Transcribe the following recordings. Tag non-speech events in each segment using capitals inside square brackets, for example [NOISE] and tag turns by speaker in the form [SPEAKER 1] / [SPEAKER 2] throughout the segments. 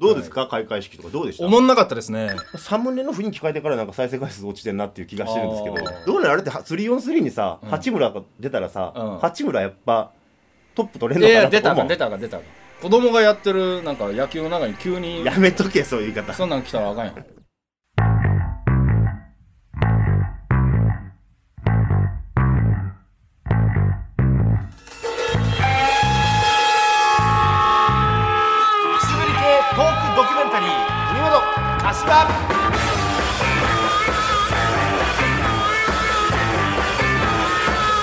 [SPEAKER 1] どうですか開会式とかどうでした
[SPEAKER 2] [LAUGHS] おもんなかったで
[SPEAKER 1] [LAUGHS]
[SPEAKER 2] すね
[SPEAKER 1] 3年の雰囲気変えてからなんか再生回数落ちてんなっていう気がしてるんですけど
[SPEAKER 2] あー
[SPEAKER 1] どうなるあれっては 3on3 にさ、
[SPEAKER 2] うん
[SPEAKER 1] 八村が出たらさ、
[SPEAKER 2] うん
[SPEAKER 1] 八村やっぱトップ取れん
[SPEAKER 2] い
[SPEAKER 1] のか
[SPEAKER 2] や
[SPEAKER 1] な
[SPEAKER 2] 出
[SPEAKER 1] と
[SPEAKER 2] た
[SPEAKER 1] 思
[SPEAKER 2] か
[SPEAKER 1] う
[SPEAKER 2] 出たか出たか子供がやってるなんか野球の中に急に
[SPEAKER 1] やめとけそういう言い方
[SPEAKER 2] そんなん来たらあかんやん
[SPEAKER 3] すぐり系トークドキュメンタリー「海本柏」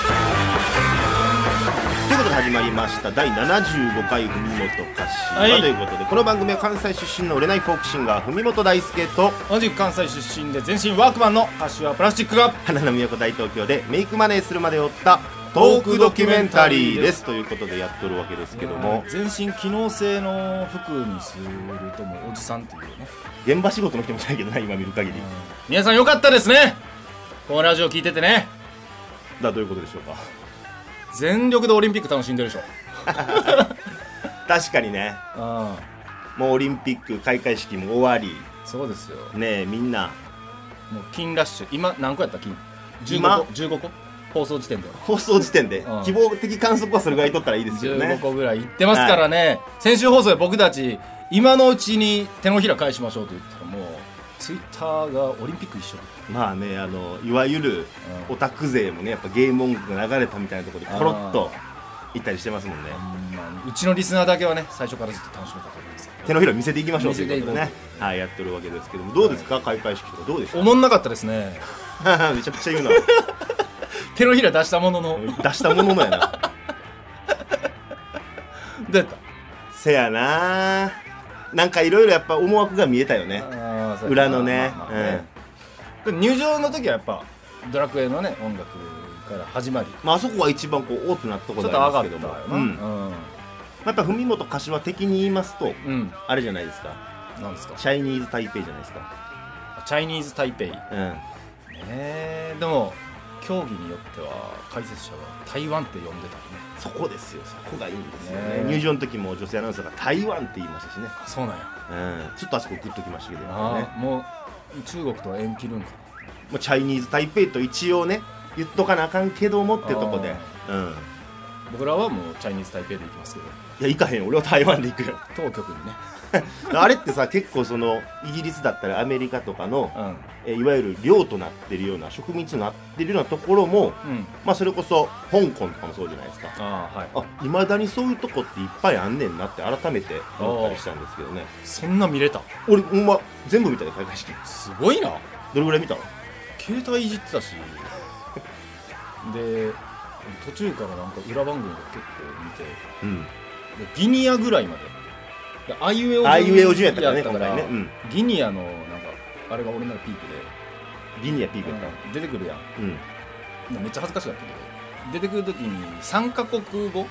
[SPEAKER 1] ということで始まりました第75回「文元歌詞」
[SPEAKER 2] はい
[SPEAKER 1] ということでこの番組は関西出身の売れないフォークシンガー文元大輔と
[SPEAKER 2] 同じく関西出身で全身ワークマンの柏プラスチックが
[SPEAKER 1] 花の都大東京でメイクマネーするまで追ったトークドキュメンタリーですということでやっとるわけですけども
[SPEAKER 2] 全身機能性の服にするともうおじさんっていうね
[SPEAKER 1] 現場仕事の人もいないけどな今見る限り
[SPEAKER 2] 皆さんよかったですねこのラジオ聞いててね
[SPEAKER 1] だどういうことでしょうか
[SPEAKER 2] 全力でオリンピック楽しんでるでしょ
[SPEAKER 1] 確かにね
[SPEAKER 2] うん
[SPEAKER 1] もうオリンピック開会式も終わり
[SPEAKER 2] そうですよ
[SPEAKER 1] ねえみんな
[SPEAKER 2] もう金ラッシュ今何個やった金
[SPEAKER 1] 今
[SPEAKER 2] 15個15個放送時点では
[SPEAKER 1] 放送時点で
[SPEAKER 2] うん
[SPEAKER 1] 希望的観測はそれぐらい取ったらいいですけど
[SPEAKER 2] 15
[SPEAKER 1] ね
[SPEAKER 2] 個ぐらいいってますからね、先週放送で僕たち今のうちに手のひら返しましょうと言ったらもうツイッターがオリンピック一緒
[SPEAKER 1] まあねあのいわゆる
[SPEAKER 2] うん
[SPEAKER 1] オタク勢もねやっぱゲーム音楽が流れたみたいなところでコロッと行ったりしてますもんね
[SPEAKER 2] まあうちのリスナーだけはね最初からずっと楽しめたと思いますけど
[SPEAKER 1] 手のひら見せていきましょう
[SPEAKER 2] 見
[SPEAKER 1] と
[SPEAKER 2] せて
[SPEAKER 1] い
[SPEAKER 2] いうこ
[SPEAKER 1] こ
[SPEAKER 2] う
[SPEAKER 1] とでねはいやってるわけですけどもどうですか開会式とかどうでし
[SPEAKER 2] おもんなかったですね
[SPEAKER 1] た [LAUGHS] めちゃくちゃ言うな
[SPEAKER 2] 手のひら出したものの
[SPEAKER 1] 出したもののやな
[SPEAKER 2] どうやった
[SPEAKER 1] せやななんかいろいろやっぱ思惑が見えたよね
[SPEAKER 2] あーそうや
[SPEAKER 1] 裏のね
[SPEAKER 2] まあまあまあねで入場の時はやっぱドラクエのね音楽から始まりち
[SPEAKER 1] まああそこは一番こう大きなと
[SPEAKER 2] ょ
[SPEAKER 1] こ
[SPEAKER 2] っ
[SPEAKER 1] ろ
[SPEAKER 2] と
[SPEAKER 1] で
[SPEAKER 2] 上が
[SPEAKER 1] あ
[SPEAKER 2] っ
[SPEAKER 1] り
[SPEAKER 2] たよ
[SPEAKER 1] ますけども
[SPEAKER 2] な
[SPEAKER 1] うんまあやっぱ文元柏的に言いますと
[SPEAKER 2] うん、うん、
[SPEAKER 1] あれじゃないですか
[SPEAKER 2] なんですか
[SPEAKER 1] チャイニーズ台北じゃないですか
[SPEAKER 2] チャイニーズ・タイペイね
[SPEAKER 1] うん
[SPEAKER 2] えでも競技によっては解説者は台湾って呼んでたりね
[SPEAKER 1] そこですよそこがいいんですよね
[SPEAKER 2] ねえ
[SPEAKER 1] 入場の時も女性アナウンサーが台湾って言いましたしね、
[SPEAKER 2] あそうなんや
[SPEAKER 1] うん、ちょっとあそこグッときましたけどね
[SPEAKER 2] あーもう中国とは縁切るんか
[SPEAKER 1] もうチャイニーズ台北と一応ね言っとかなあかんけどもってとこで
[SPEAKER 2] あ、
[SPEAKER 1] うん、
[SPEAKER 2] な僕らはもうチャイニーズ・タイペイで行きますけど
[SPEAKER 1] いや行かへんよ俺は台湾で行く
[SPEAKER 2] [LAUGHS]
[SPEAKER 1] よ
[SPEAKER 2] 当局にね
[SPEAKER 1] あれってさ結構そのイギリスだったりアメリカとかの
[SPEAKER 2] うん
[SPEAKER 1] えいわゆる領となってるような植民地となってるようなところも、
[SPEAKER 2] うん
[SPEAKER 1] まあ、それこそ香港とかもそうじゃないですか
[SPEAKER 2] ああはい
[SPEAKER 1] いまだにそういうとこっていっぱいあんねんなって改めて思ったりしたんですけどね
[SPEAKER 2] そんな見れた
[SPEAKER 1] 俺ほんま全部見たで開会式
[SPEAKER 2] すごいな
[SPEAKER 1] どれぐらい見たの
[SPEAKER 2] 携帯いじってたしで途中からなんか裏番組が結構見て
[SPEAKER 1] うん
[SPEAKER 2] でギニアぐらいまでであいうえお順
[SPEAKER 1] あいうえお順やったからね
[SPEAKER 2] やっ
[SPEAKER 1] 今
[SPEAKER 2] たから
[SPEAKER 1] 回ね、うん、
[SPEAKER 2] ギニアのなんかあれが俺の中でピーク
[SPEAKER 1] リニアピー
[SPEAKER 2] で、
[SPEAKER 1] クやった、
[SPEAKER 2] 出てくるやん
[SPEAKER 1] うん
[SPEAKER 2] めっちゃ恥ずかしかったけど出てくる時に3カ国語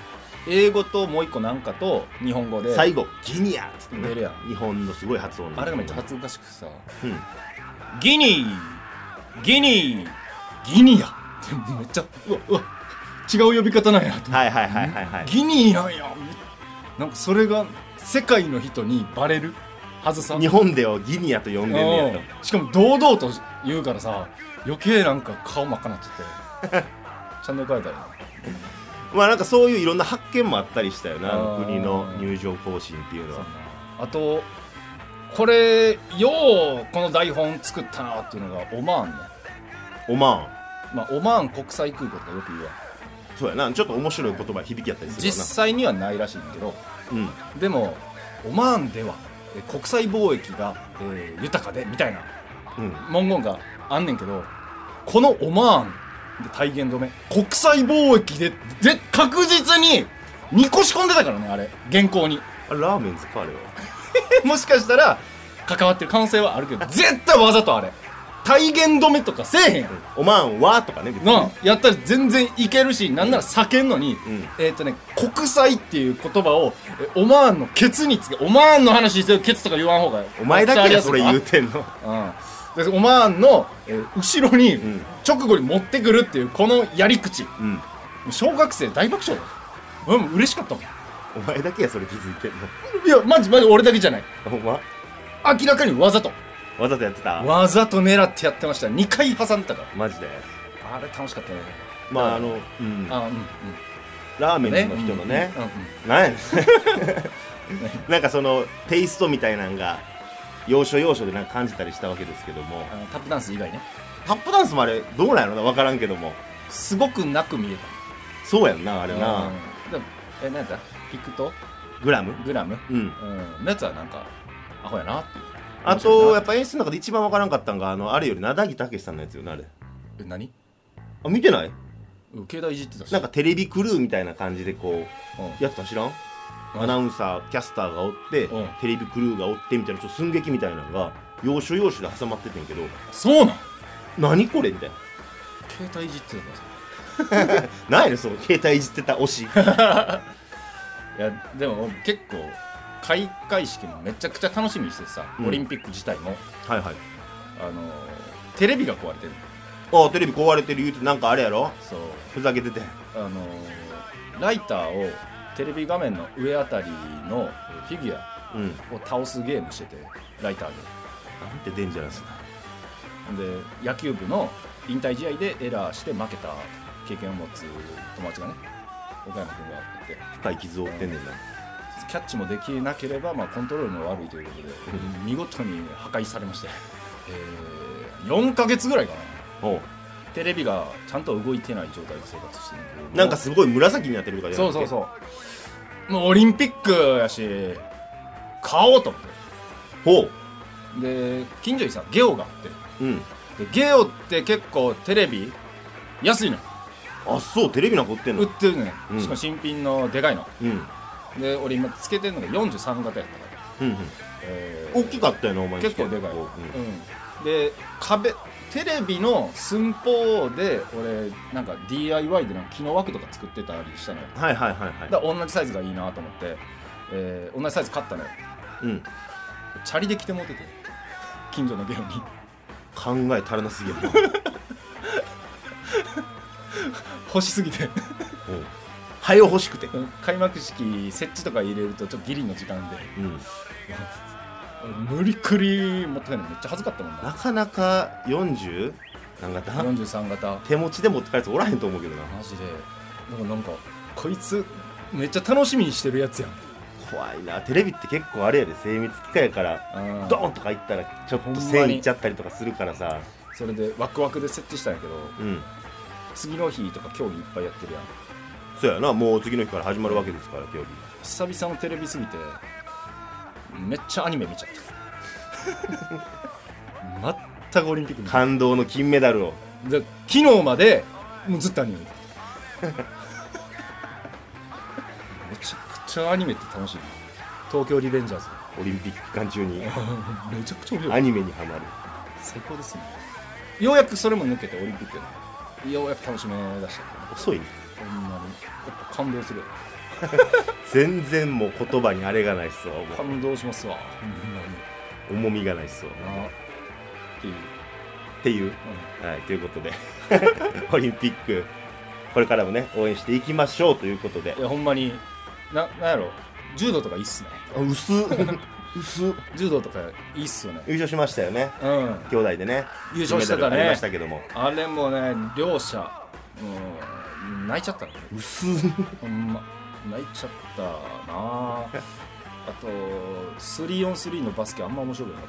[SPEAKER 2] 英語ともう一個なんかと日本語で
[SPEAKER 1] 最後ギニアっつって、
[SPEAKER 2] 出る
[SPEAKER 1] ね、
[SPEAKER 2] やん
[SPEAKER 1] 日本のすごい発音
[SPEAKER 2] あれがめっちゃ恥ずかしくてさ
[SPEAKER 1] うん
[SPEAKER 2] ギニーギニーギニア [LAUGHS] ってめっちゃうわうわ違う呼び方なんやと思って
[SPEAKER 1] はいはいはいはいはい
[SPEAKER 2] ギニーなんやなんかそれが世界の人にバレるはずさ
[SPEAKER 1] 日本ではギニアと呼んでんねや
[SPEAKER 2] うんしかも堂々と言うからさ余計なんか顔真っ赤になっち
[SPEAKER 1] [LAUGHS]
[SPEAKER 2] ゃってチャンネル変えたら
[SPEAKER 1] とまあなんかそういういろんな発見もあったりしたよなあの
[SPEAKER 2] あー
[SPEAKER 1] 国の入場行進っていうのは
[SPEAKER 2] あとこれようこの台本作ったなっていうのがオマーンね、
[SPEAKER 1] オマ
[SPEAKER 2] まあ、オマーン国際空港とかよく言うわ
[SPEAKER 1] ーンそうやなちょっと面白い言葉響きやったりする
[SPEAKER 2] 実
[SPEAKER 1] よな
[SPEAKER 2] 際にはないらしいんだけど
[SPEAKER 1] うん
[SPEAKER 2] でもオマーンではえ国際貿易が、えー豊かでみたいな
[SPEAKER 1] うん
[SPEAKER 2] 文言があんねんけどこのオマーンで体言止め国際貿易でで確実に2個仕込んでたからねあれ原稿に [LAUGHS]
[SPEAKER 1] あれラーメンですかあれは
[SPEAKER 2] もしかしたら関わってる可能性はあ
[SPEAKER 1] [LAUGHS]
[SPEAKER 2] るけど絶対わざとあれ体言止めとかせえへんやろ
[SPEAKER 1] オマーンはとかね別に
[SPEAKER 2] なあやったら全然いけるしなんなら避けんのに、
[SPEAKER 1] ん
[SPEAKER 2] えっ、とね国際っていう言葉をえオマーンのケツにつけオマーンの話してるケツとか言わん方が
[SPEAKER 1] お前だけやそれ言
[SPEAKER 2] う
[SPEAKER 1] うてんの
[SPEAKER 2] うん、でオマーンの、えー後ろに
[SPEAKER 1] ん
[SPEAKER 2] 直後に持ってくるっていうこのやり口
[SPEAKER 1] うん
[SPEAKER 2] 小学生大爆笑だよ俺も嬉しかったもん
[SPEAKER 1] お前だけやそれ気づいてんの
[SPEAKER 2] いやマジマジ俺だけじゃない
[SPEAKER 1] ほんま
[SPEAKER 2] 明らかにわざと
[SPEAKER 1] わざとやってた
[SPEAKER 2] わざと狙ってやってました2回挟んでたか
[SPEAKER 1] マジで
[SPEAKER 2] らあれ楽しかったね
[SPEAKER 1] まああの、うん、
[SPEAKER 2] あうんうん
[SPEAKER 1] ラーメンの人のね
[SPEAKER 2] うんうん
[SPEAKER 1] なんやね [LAUGHS] んなんかそのテイストみたいなんが要所要所でなんか感じたりしたわけですけども
[SPEAKER 2] あのタップダンス以外ね
[SPEAKER 1] タップダンスもあれどうなんやろな分からんけども
[SPEAKER 2] すごくなく見え
[SPEAKER 1] そうやんなあ
[SPEAKER 2] た
[SPEAKER 1] れな、
[SPEAKER 2] うんでもえなんだピクト
[SPEAKER 1] グラム
[SPEAKER 2] グラム
[SPEAKER 1] うん
[SPEAKER 2] うんのやつはなんかアホやなっていう
[SPEAKER 1] あとやっぱ演出の中で一番分からんかったんがあのあれよりなだぎたけしさんのやつよなあれ
[SPEAKER 2] え何
[SPEAKER 1] あ見てない
[SPEAKER 2] うん携帯いじってたし
[SPEAKER 1] なんかテレビクルーみたいな感じでこ
[SPEAKER 2] うん
[SPEAKER 1] うやってたん知らんアナウンサーキャスターがおって、
[SPEAKER 2] うん
[SPEAKER 1] テレビクルーがおってみたいなちょっと寸劇みたいなのが要所要所で挟まっててんけど
[SPEAKER 2] そうなん
[SPEAKER 1] 何これみたいな
[SPEAKER 2] 携帯いじってたからさ
[SPEAKER 1] 何やねんその携帯いじってた推
[SPEAKER 2] [LAUGHS]
[SPEAKER 1] し
[SPEAKER 2] いやでも結構開会式もめちゃくちゃ楽しみにしててさ、
[SPEAKER 1] うん
[SPEAKER 2] オリンピック自体も
[SPEAKER 1] はいはい
[SPEAKER 2] あのーテレビが壊れてる
[SPEAKER 1] ああテレビ壊れてる言うてなんかあれやろ
[SPEAKER 2] そう
[SPEAKER 1] ふざけてて
[SPEAKER 2] あのーライターをテレビ画面の上あたりのえーフィギュア
[SPEAKER 1] うんなん
[SPEAKER 2] を倒すゲームしててライター
[SPEAKER 1] てデンジャラス
[SPEAKER 2] でで野球部の引退試合でエラーして負けた経験を持つ友達がね岡山君があって
[SPEAKER 1] な深い傷を負ってんねんな
[SPEAKER 2] キャッチもできなければ、まあ、コントロールも悪いということで見事に破壊されまして、えー、4ヶ月ぐらいかな
[SPEAKER 1] おう
[SPEAKER 2] テレビがちゃんと動いてない状態で生活してるけど
[SPEAKER 1] なんかすごい紫になってるとから
[SPEAKER 2] そうそう
[SPEAKER 1] う
[SPEAKER 2] そうもうオリンピックやし買おうと思っ
[SPEAKER 1] ほう
[SPEAKER 2] てで近所にさゲオがあっ
[SPEAKER 1] うん
[SPEAKER 2] てでゲオって結構テレビ安いの
[SPEAKER 1] あそうテレビなんか売ってん
[SPEAKER 2] 売っ
[SPEAKER 1] の
[SPEAKER 2] てるね、
[SPEAKER 1] うん
[SPEAKER 2] しかも新品のでかいの
[SPEAKER 1] うんうん
[SPEAKER 2] で俺今つけてるのが43型やったから、
[SPEAKER 1] うん
[SPEAKER 2] えー
[SPEAKER 1] 大きかったよなお前
[SPEAKER 2] 結構でかい、
[SPEAKER 1] うん
[SPEAKER 2] うん、で壁テレビの寸法で俺なんか DIY でなんか木の枠とか作ってたりしたのよ
[SPEAKER 1] はいはいはいはい
[SPEAKER 2] だから同じサイズがいいなと思って、えー同じサイズ買ったのよ
[SPEAKER 1] うん
[SPEAKER 2] チャリで来てもってて近所のゲオに [LAUGHS]
[SPEAKER 1] 考え足らなすぎやな
[SPEAKER 2] 欲しすぎて [LAUGHS]
[SPEAKER 1] おうはよ欲しくて
[SPEAKER 2] うん開幕式設置とか入れるとちょっとギリの時間で
[SPEAKER 1] うん
[SPEAKER 2] 無理くり持って帰るのめっちゃ恥ずかったもん
[SPEAKER 1] な
[SPEAKER 2] な
[SPEAKER 1] かなか40なんかだ
[SPEAKER 2] 43型
[SPEAKER 1] 手持ちで持って帰るやつおらへんと思うけどな
[SPEAKER 2] マジでなんかなんかこいつめっちゃ楽しみにしてるやつやん
[SPEAKER 1] 怖いなテレビって結構あれやで精密機械やから
[SPEAKER 2] あー
[SPEAKER 1] ドーンとかいったらちょっと線いっちゃったりとかするからさ
[SPEAKER 2] それでワクワクで設置したんやけど
[SPEAKER 1] うん
[SPEAKER 2] 次の日とか競技いっぱいやってるやん
[SPEAKER 1] そうやなもう次の日から始まるわけですから競技
[SPEAKER 2] 久々のテレビすぎてめっちゃアニメ見ちゃった全くオリンピック見ない
[SPEAKER 1] 感動の金メダルを
[SPEAKER 2] で昨日までもうずっとアニメ見てためちゃくちゃアニメって楽しいな東京リベンジャーズ
[SPEAKER 1] オリンピック期間中に
[SPEAKER 2] めちゃくちゃ面白
[SPEAKER 1] ア
[SPEAKER 2] い
[SPEAKER 1] ニメにはまる
[SPEAKER 2] 最高ですねようやくそれも抜けてオリンピックやなようやく楽しめだした
[SPEAKER 1] 遅いね
[SPEAKER 2] ほんまにやっぱ感動する
[SPEAKER 1] 全然もう言葉にあれがないっすわもう
[SPEAKER 2] 感動しますわほんまに
[SPEAKER 1] 重みがないっすわ
[SPEAKER 2] なってい
[SPEAKER 1] っ
[SPEAKER 2] う、
[SPEAKER 1] ていうはい、ということで [LAUGHS] オリンピックこれからもね応援していきましょうということで
[SPEAKER 2] いやほんまにななんやろ柔道とかいいっすね
[SPEAKER 1] あ [LAUGHS] 薄っ薄っ
[SPEAKER 2] 柔道とかいいっすよね
[SPEAKER 1] 優勝しましたよね
[SPEAKER 2] うん
[SPEAKER 1] 兄弟でね
[SPEAKER 2] 優勝して
[SPEAKER 1] 金メダル
[SPEAKER 2] た
[SPEAKER 1] 取り
[SPEAKER 2] ね
[SPEAKER 1] ましたけども
[SPEAKER 2] あれもね両者もう泣いちゃったね
[SPEAKER 1] 薄
[SPEAKER 2] ほんま泣いちゃったな
[SPEAKER 1] [LAUGHS]
[SPEAKER 2] ああと 3on3 のバスケあんま面白くなか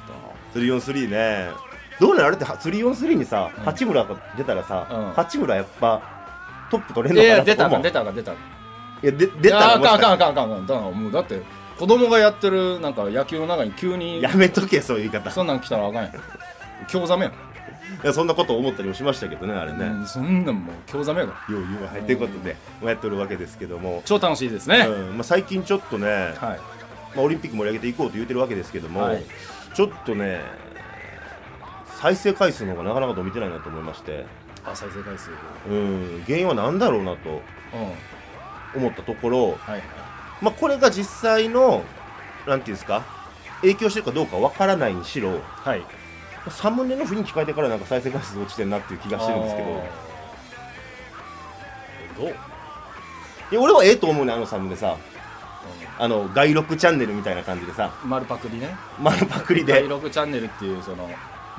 [SPEAKER 2] ったな
[SPEAKER 1] 343ねどうなのあれっては343にさ
[SPEAKER 2] うん
[SPEAKER 1] 八村が出たらさ、
[SPEAKER 2] うん
[SPEAKER 1] 八村やっぱトップ取れん
[SPEAKER 2] い
[SPEAKER 1] の
[SPEAKER 2] や
[SPEAKER 1] か
[SPEAKER 2] いや
[SPEAKER 1] な
[SPEAKER 2] 出
[SPEAKER 1] と
[SPEAKER 2] た
[SPEAKER 1] 思
[SPEAKER 2] か
[SPEAKER 1] う
[SPEAKER 2] 出たか出たか
[SPEAKER 1] いやで出たら
[SPEAKER 2] いやあ
[SPEAKER 1] もし
[SPEAKER 2] かん
[SPEAKER 1] か
[SPEAKER 2] あ
[SPEAKER 1] した
[SPEAKER 2] かん
[SPEAKER 1] ら
[SPEAKER 2] あかんあかんあかんだからもうだって子供がやってるなんか野球の中に急に
[SPEAKER 1] やめとけそういう言い方
[SPEAKER 2] そんなん来たらあかんや
[SPEAKER 1] [LAUGHS]
[SPEAKER 2] ん興ざめやん
[SPEAKER 1] いやそんなこと思ったりもしましたけどねあれね、
[SPEAKER 2] うんそんなんもう興ざめやから
[SPEAKER 1] よう言うわはいということでやっとるわけですけども、
[SPEAKER 2] 超楽しいですね、
[SPEAKER 1] うんまあ、最近ちょっとね、
[SPEAKER 2] はい
[SPEAKER 1] まあ、オリンピック盛り上げていこうと言ってるわけですけども、
[SPEAKER 2] はい
[SPEAKER 1] ちょっとね再生回数の方がなかなか伸びてないなと思いまして
[SPEAKER 2] あ再生回数うん
[SPEAKER 1] うん原因は何だろうなと思ったところ、
[SPEAKER 2] はいはい
[SPEAKER 1] まあ、これが実際のなんていうんですか影響してるかどうかわからないにしろ
[SPEAKER 2] はい
[SPEAKER 1] サムネの雰囲気変えてからなんか再生回数落ちてるなっていう気がしてるんですけど
[SPEAKER 2] どどう
[SPEAKER 1] いや俺はええと思うねあのサムネさあの外録チャンネルみたいな感じでさ
[SPEAKER 2] 丸パクリね
[SPEAKER 1] 丸パクリ
[SPEAKER 2] 第
[SPEAKER 1] で
[SPEAKER 2] 6チャンネルっていうその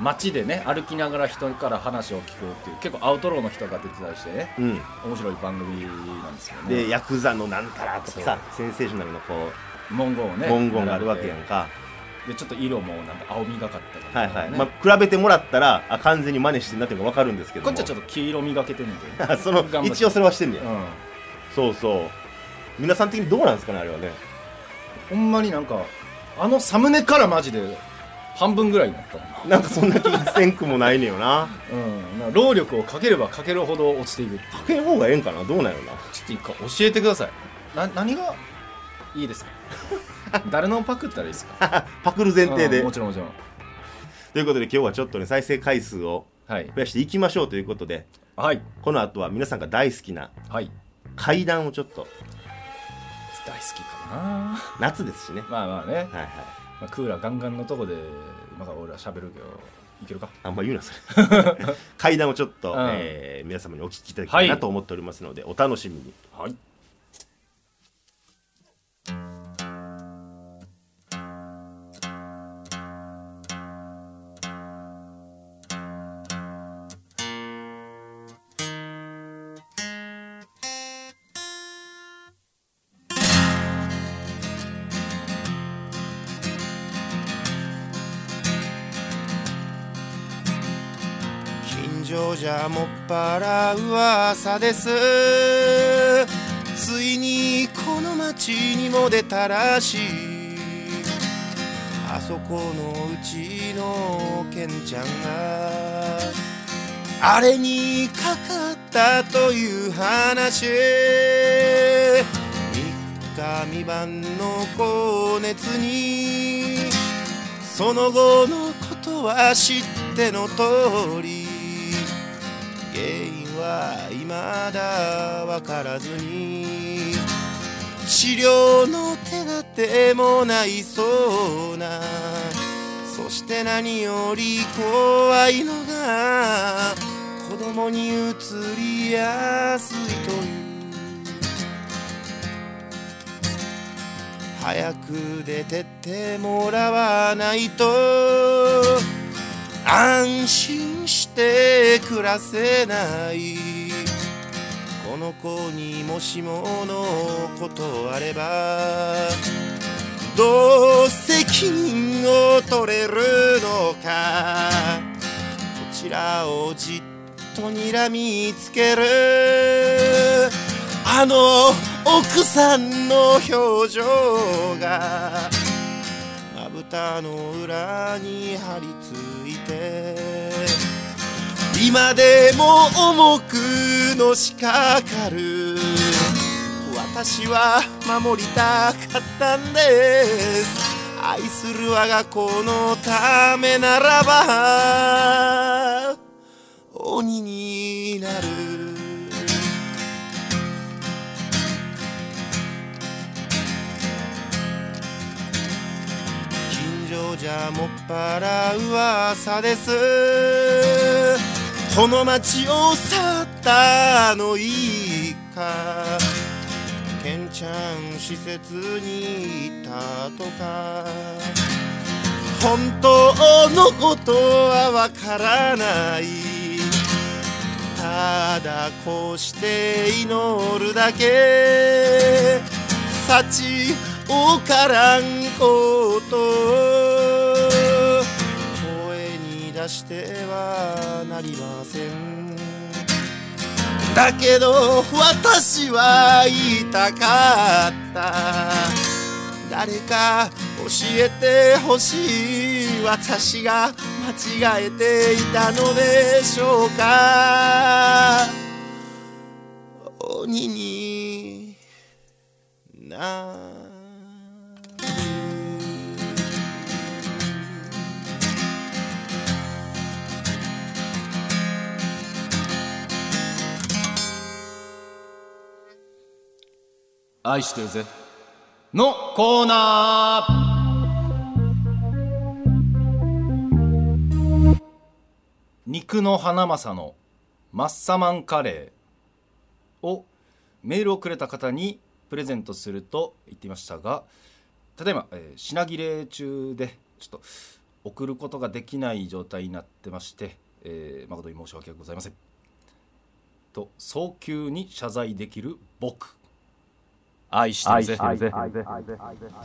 [SPEAKER 2] 街でね歩きながら人から話を聞こうっていう結構アウトローの人が出てたりしてね
[SPEAKER 1] うん
[SPEAKER 2] 面白い番組なんですよね
[SPEAKER 1] でヤクザのなんたらとかさセンセーショナルのこう
[SPEAKER 2] 文言をね
[SPEAKER 1] 文言があるわけやんか、
[SPEAKER 2] でちょっと色もなんか青みがかったりとか
[SPEAKER 1] は
[SPEAKER 2] ね
[SPEAKER 1] いはい、まあ、比べてもらったらあ完全に真似してんなっていうのが分かるんですけど
[SPEAKER 2] こ
[SPEAKER 1] も
[SPEAKER 2] っちはちょっと黄色みがけてんねんけ
[SPEAKER 1] その
[SPEAKER 2] 頑張って
[SPEAKER 1] 一応それはしてんねん、 [LAUGHS]
[SPEAKER 2] ど、うん、
[SPEAKER 1] そうそう皆さん的にどうなんですかねあれはね
[SPEAKER 2] ほんまになんかあのサムネからマジで半分ぐらいになったもん
[SPEAKER 1] な
[SPEAKER 2] な
[SPEAKER 1] んかそんな気せんくもないねよな
[SPEAKER 2] うん、なんか労力をかければかけるほど落ちていく
[SPEAKER 1] かけん方がええんかなどうなんやろな
[SPEAKER 2] ちょっと一回教えてくださいな何がいい [LAUGHS] ですか誰のパクったらいいですか
[SPEAKER 1] [LAUGHS] パクる前提
[SPEAKER 2] うん
[SPEAKER 1] で
[SPEAKER 2] もちろんもちろん
[SPEAKER 1] ということで今日はちょっとね再生回数を
[SPEAKER 2] はい
[SPEAKER 1] 増やしていきましょうということで
[SPEAKER 2] はい
[SPEAKER 1] この後は皆さんが大好きな
[SPEAKER 2] はい
[SPEAKER 1] 階段をちょっと
[SPEAKER 2] 大好きかな
[SPEAKER 1] 夏ですしね
[SPEAKER 2] まあまあね、
[SPEAKER 1] はいはい
[SPEAKER 2] まあ、クーラーガンガンのとこで今から俺ら喋るけどいけるか
[SPEAKER 1] あんま言うなそれ
[SPEAKER 2] [LAUGHS]
[SPEAKER 1] 階段をちょっと、
[SPEAKER 2] うん
[SPEAKER 1] えー皆様にお聞きいただきたいなと思っておりますので、お楽しみに
[SPEAKER 2] はい
[SPEAKER 4] 近所じゃもっぱら噂ですついにこの町にも出たらしいあそこのうちのケンちゃんがあれにかかったという話三日三晩の高熱にその後のことは知っての通り原因は未だ分からずに治療の手立てもないそうなそして何より怖いのが子供にうつりやすいという早く出てってもらわないと安心して暮らせないこの子にもしものことあればどう責任を取れるのかこちらをじっと睨みつけるあの奥さんの表情がまぶたの裏に張り付いて今でも重くのしかかる私は守りたかったんです愛する我が子のためならば鬼になる近所じゃもっぱら噂ですこの町を去ったのいいかケンちゃん施設にいたとか本当のことはわからないただこうして祈るだけ幸おからんこと声に出してはなりませんだけど私は言いたかった誰か教えてほしい私が間違えていたのでしょうか鬼にな
[SPEAKER 2] 愛してるぜのコーナー肉の花正のマッサマンカレーをメールをくれた方にプレゼントすると言っていましたが例えば、えー品切れ中でちょっと送ることができない状態になってまして、えー誠に申し訳ございませんと早急に謝罪できる僕愛してるぜ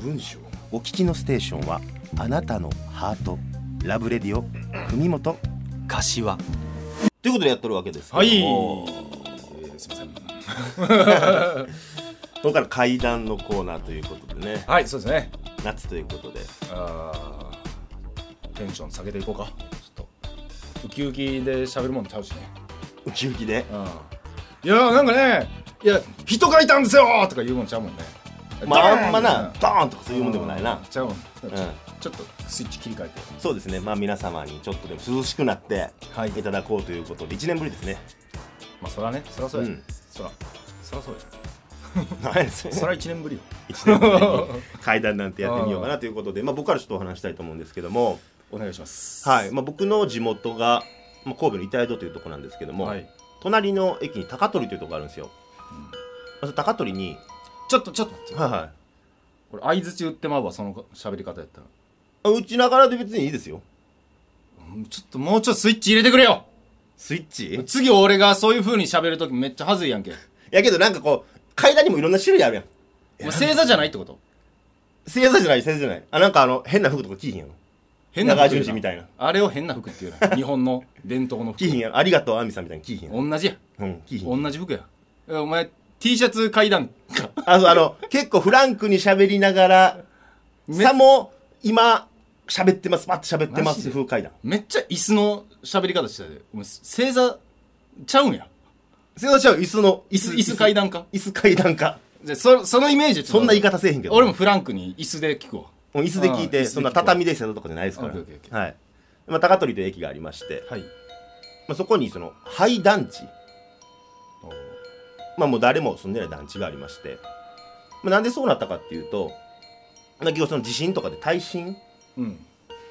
[SPEAKER 4] 文章お聞きのステーションはあなたのハートラブレディオ文元
[SPEAKER 5] 柏
[SPEAKER 1] ということでやっとるわけです
[SPEAKER 2] はい、
[SPEAKER 1] けども
[SPEAKER 2] えーすいません
[SPEAKER 1] ここから階段のコーナーということでね
[SPEAKER 2] はいそうですね
[SPEAKER 1] 夏ということで
[SPEAKER 2] あーテンション下げていこうかちょっとウキウキで喋るもんちゃうしね
[SPEAKER 1] ウキウキで
[SPEAKER 2] いやーなんかねいや人がいたんですよーとか言うもんちゃうもんね
[SPEAKER 1] まああんま
[SPEAKER 2] う
[SPEAKER 1] なんドーンとかそういうもんでもないな
[SPEAKER 2] ちゃうもんちょ,、
[SPEAKER 1] ん
[SPEAKER 2] っとスイッチ切り替えて
[SPEAKER 1] そうですねまあ皆様にちょっとでも涼しくなって
[SPEAKER 2] はい
[SPEAKER 1] いただこうということで1年ぶりですね [LAUGHS]
[SPEAKER 2] まあそらねそらそうや、
[SPEAKER 1] うん
[SPEAKER 2] そらそらそうや
[SPEAKER 1] [LAUGHS] はいですね
[SPEAKER 2] そら1年ぶりよ
[SPEAKER 1] 1年 [LAUGHS] ぶりに階段なんてやってみようかなということでまあ僕からちょっとお話したいと思うんですけども
[SPEAKER 2] お願いします
[SPEAKER 1] はいまあ僕の地元がまあ神戸の板井戸というとこなんですけども
[SPEAKER 2] はい
[SPEAKER 1] 隣の駅に高取というとこがあるんですよまあその高取に
[SPEAKER 2] ちょっとちょっと待って
[SPEAKER 1] はいはい
[SPEAKER 2] これ相づち打ってまうわその喋り方やったら
[SPEAKER 1] あ打ちながらで別にいいですよ
[SPEAKER 2] うんちょっともうちょっとスイッチ入れてくれよ
[SPEAKER 1] スイッチ
[SPEAKER 2] 次俺がそういう風に喋るときめっちゃ恥ずいやんけ
[SPEAKER 1] やけどなんかこう階段にもいろんな種類あるやん
[SPEAKER 2] お前正座じゃないってこと
[SPEAKER 1] 正座じゃない正座じゃないあなんかあの変な服とか着いひんやろ
[SPEAKER 2] 変な服
[SPEAKER 1] 長淳二みたいな
[SPEAKER 2] あれを変な服っていうな日本の伝統の服
[SPEAKER 1] 着いひんやろありがとうあみさんみたいに着いひんやろ
[SPEAKER 2] 同じや
[SPEAKER 1] うん着いひん
[SPEAKER 2] 同じ服やえお前 T シャツ階段か
[SPEAKER 1] あそうあの結構フランクに喋りながら
[SPEAKER 2] め
[SPEAKER 1] さも今喋ってますパッと喋ってま
[SPEAKER 2] マジ
[SPEAKER 1] す
[SPEAKER 2] で
[SPEAKER 1] 風階段
[SPEAKER 2] めっちゃ椅子の喋り方してたでお前正座ちゃうんや
[SPEAKER 1] 正座しちゃう椅子の椅
[SPEAKER 2] 椅子椅子階段か
[SPEAKER 1] 椅子階段か
[SPEAKER 2] じゃあそそのイメージ
[SPEAKER 1] そんな言い方せえへんけど
[SPEAKER 2] 俺もフランクに椅子で聞くわ
[SPEAKER 1] もう椅子で聞い
[SPEAKER 2] あー椅子で聞
[SPEAKER 1] て
[SPEAKER 2] く
[SPEAKER 1] そんな畳で正座とかじゃないですか
[SPEAKER 2] オッケーオッケーオッケ
[SPEAKER 1] らはいまあ高取という駅がありまして
[SPEAKER 2] はい
[SPEAKER 1] まあそこにその廃団地まあもう誰も住んでない団地がありまして、まあ、なんでそうなったかっていうと、まあ、結局その地震とかで耐震
[SPEAKER 2] うん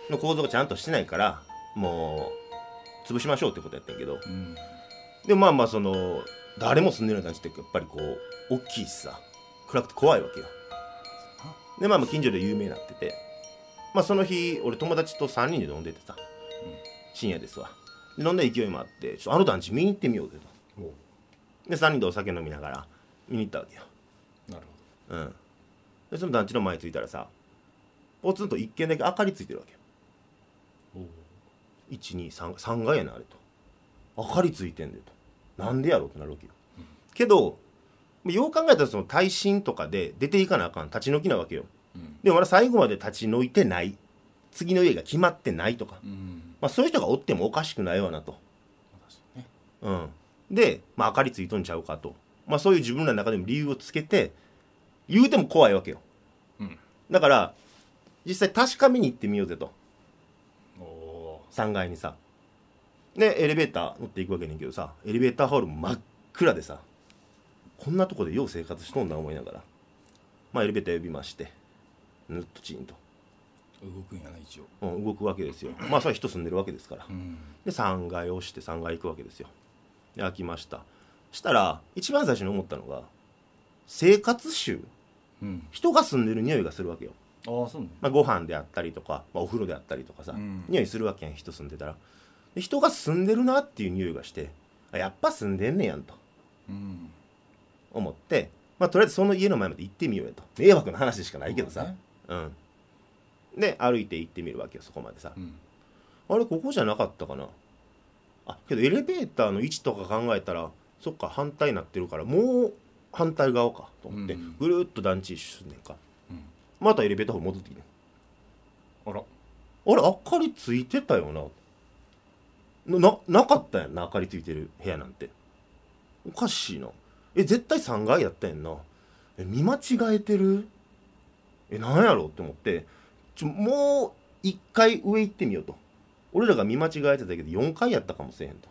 [SPEAKER 1] の構造がちゃんとしてないからもう潰しましょうってことやったんやけど
[SPEAKER 2] うん
[SPEAKER 1] でもまあまあその誰も住んでない団地ってやっぱりこう大きいしさ暗くて怖いわけよでまあまあ近所で有名になっててまあその日俺友達と3人で飲んでてさ、深夜ですわで飲んだ勢いもあってちょっとあの団地見に行ってみようぜ
[SPEAKER 2] おう
[SPEAKER 1] とで3人でお酒飲みながら見に行ったわけよ
[SPEAKER 2] なる
[SPEAKER 1] うんでその団地の前に着いたらさポツンと一軒だけ明かりついてるわけよ
[SPEAKER 2] ほど
[SPEAKER 1] 123階やなあれと明かりついてんでとなんでやろうってなるわけよ、けどまあよう考えたらその耐震とかで出ていかなあかん立ち退きなわけよ、
[SPEAKER 2] ん
[SPEAKER 1] でもまだ最後まで立ち退いてない次の家が決まってないとか、
[SPEAKER 2] うん
[SPEAKER 1] まあ、そういう人がおってもおかしくないわなと、うん、で、まあ、明かりついとんちゃうかと、まあ、そういう自分らの中でも理由をつけて言うても怖いわけよ、
[SPEAKER 2] うん
[SPEAKER 1] だから実際確かめに行ってみようぜと
[SPEAKER 2] おお
[SPEAKER 1] 3階にさでエレベーター乗っていくわけねんけどさエレベーターホール真っ暗でさこんなとこでよう生活しとんだ思いながらまあエレベーター呼びましてぬっとチーンと、
[SPEAKER 2] ー動くんやな一応
[SPEAKER 1] うん、動くわけですよまあそれは人住んでるわけですから
[SPEAKER 2] うん
[SPEAKER 1] で3階押して3階行くわけですよで開きましたしたら一番最初に思ったのが生活臭
[SPEAKER 2] うん
[SPEAKER 1] 人が住んでる匂いがするわけよ、
[SPEAKER 2] ああそうね
[SPEAKER 1] まあ、ご飯であったりとか、まあ、お風呂であったりとかさ、
[SPEAKER 2] うん
[SPEAKER 1] 匂いするわけやん人住んでたらで人が住んでるなっていう匂いがしてあやっぱ住んでんねやんと
[SPEAKER 2] うん
[SPEAKER 1] 思って、まあ、とりあえずその家の前まで行ってみようよと迷惑な話しかないけどさ、
[SPEAKER 2] まあね
[SPEAKER 1] うんで歩いて行ってみるわけよそこまでさ、
[SPEAKER 2] うん
[SPEAKER 1] あれここじゃなかったかなあけどエレベーターの位置とか考えたらそっか反対になってるからもう反対側かと思って、
[SPEAKER 2] うん
[SPEAKER 1] ぐるーっと団地一周すんねんか、
[SPEAKER 2] うん
[SPEAKER 1] またエレベーターホール戻ってきてん
[SPEAKER 2] あら
[SPEAKER 1] あれ明かりついてたよななななかったやんな明かりついてる部屋なんておかしいなえ絶対3階やったやんなえ見間違えてるえなんやろうって思ってちょもう1回上行ってみようと俺らが見間違えてたけど4階やったかもしれへんと、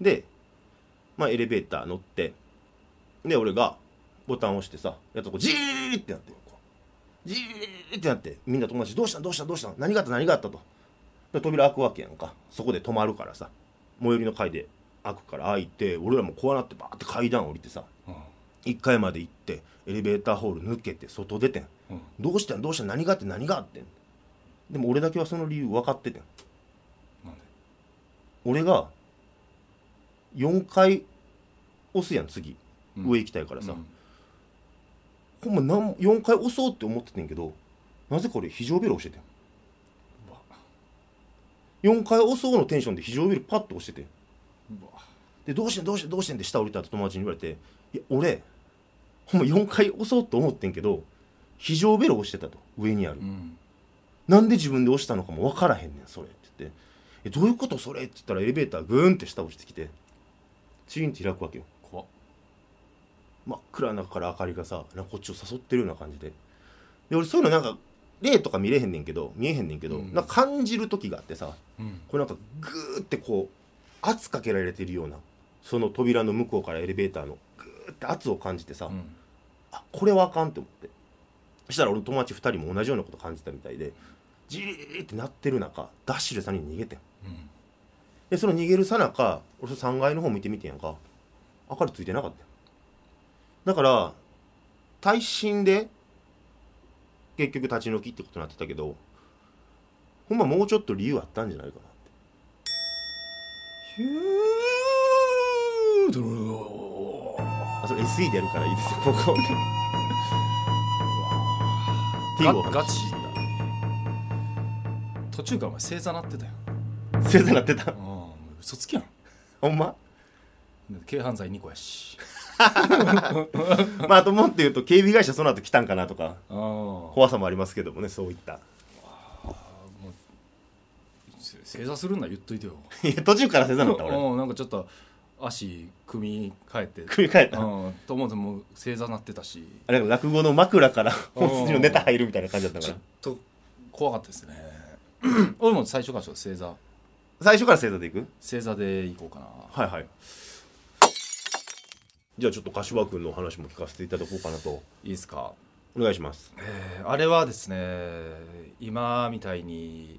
[SPEAKER 1] で、まあ、エレベーター乗ってで俺がボタン押してさやっとこうジーってなってこうじーってなってみんな友達「どうしたどうしたどうした何があった何があった」とで扉開くわけやんかそこで止まるからさ最寄りの階で開くから開いて俺らもこうなってバーって階段降りてさ
[SPEAKER 2] うん
[SPEAKER 1] 1階まで行ってエレベーターホール抜けて外出てん、
[SPEAKER 2] うん
[SPEAKER 1] どうしてんどうしてん何があってん何があってんでも俺だけはその理由分かっててん
[SPEAKER 2] なんで
[SPEAKER 1] 俺が4回押すやん次、
[SPEAKER 2] うん
[SPEAKER 1] 上行きたいからさ、
[SPEAKER 2] うん
[SPEAKER 1] ほんまなん4回押そうって思っててんけどなぜか俺非常ベル押しててん4回押そうのテンションで非常ベルパッと押しててでどうしてんどうしてんどうしてんって下降りた後友達に言われて「いや俺ほんま4回押そうと思ってんけど非常ベル押してたと上にある、
[SPEAKER 2] うん
[SPEAKER 1] なんで自分で押したのかも分からへんねんそれ」って言って「えどういうことそれ?」って言ったらエレベーターグーンって下落ちてきてチーンって開くわけよ
[SPEAKER 2] 怖っ
[SPEAKER 1] 真っ暗な中から明かりがさなんかこっちを誘ってるような感じでで俺そういうのなんか例とか見れへんねんけど見えへんねんけど、
[SPEAKER 2] うん
[SPEAKER 1] なんか感じる時があってさ
[SPEAKER 2] うん
[SPEAKER 1] これなんかグーってこう圧かけられてるようなその扉の向こうからエレベーターのグーって圧を感じてさ、
[SPEAKER 2] うん
[SPEAKER 1] あこれはあかんって思ってそしたら俺の友達2人も同じようなこと感じたみたいでジーってなってる中ダッシュで3人逃げてん
[SPEAKER 2] うん
[SPEAKER 1] でその逃げるさなか俺その3階の方見てみてんやんか明かりついてなかったよだから耐震で結局立ち退きってことになってたけどほんまもうちょっと理由あったんじゃないかなってヒューあそれ SE でやるからいいですよ僕はっていうお
[SPEAKER 2] ガガ
[SPEAKER 1] 話
[SPEAKER 2] チだ途中からお前正座なってたよ
[SPEAKER 1] [LAUGHS] 正座なってた
[SPEAKER 2] ああ嘘つきやん
[SPEAKER 1] ほんま
[SPEAKER 2] 軽犯罪2個やし
[SPEAKER 1] [LAUGHS] まああともっと言うと警備会社その後来たんかなとか
[SPEAKER 2] ああも
[SPEAKER 1] 怖さもありますけどもねそういった
[SPEAKER 2] うせ正座するんなら言っといてよ
[SPEAKER 1] いや途中から正座なった俺
[SPEAKER 2] うんなんかちょっと足組み替えて
[SPEAKER 1] 繰り返った、
[SPEAKER 2] うんと思うともう正座なってたし
[SPEAKER 1] あれ落語の枕から
[SPEAKER 2] うん
[SPEAKER 1] 本筋のネタ入るみたいな感じだった
[SPEAKER 2] ち
[SPEAKER 1] か
[SPEAKER 2] ょっ
[SPEAKER 1] ら
[SPEAKER 2] と怖かった [CLEARS THROAT] ですね俺も最初からちょっと正座
[SPEAKER 1] 最初から正座でいく
[SPEAKER 2] 正座で行こうかな
[SPEAKER 1] はいはいじゃあちょっと柏君のお話も聞かせていただこうかなと
[SPEAKER 2] いいですか
[SPEAKER 1] お願いします
[SPEAKER 2] えーあれはですね今みたいに、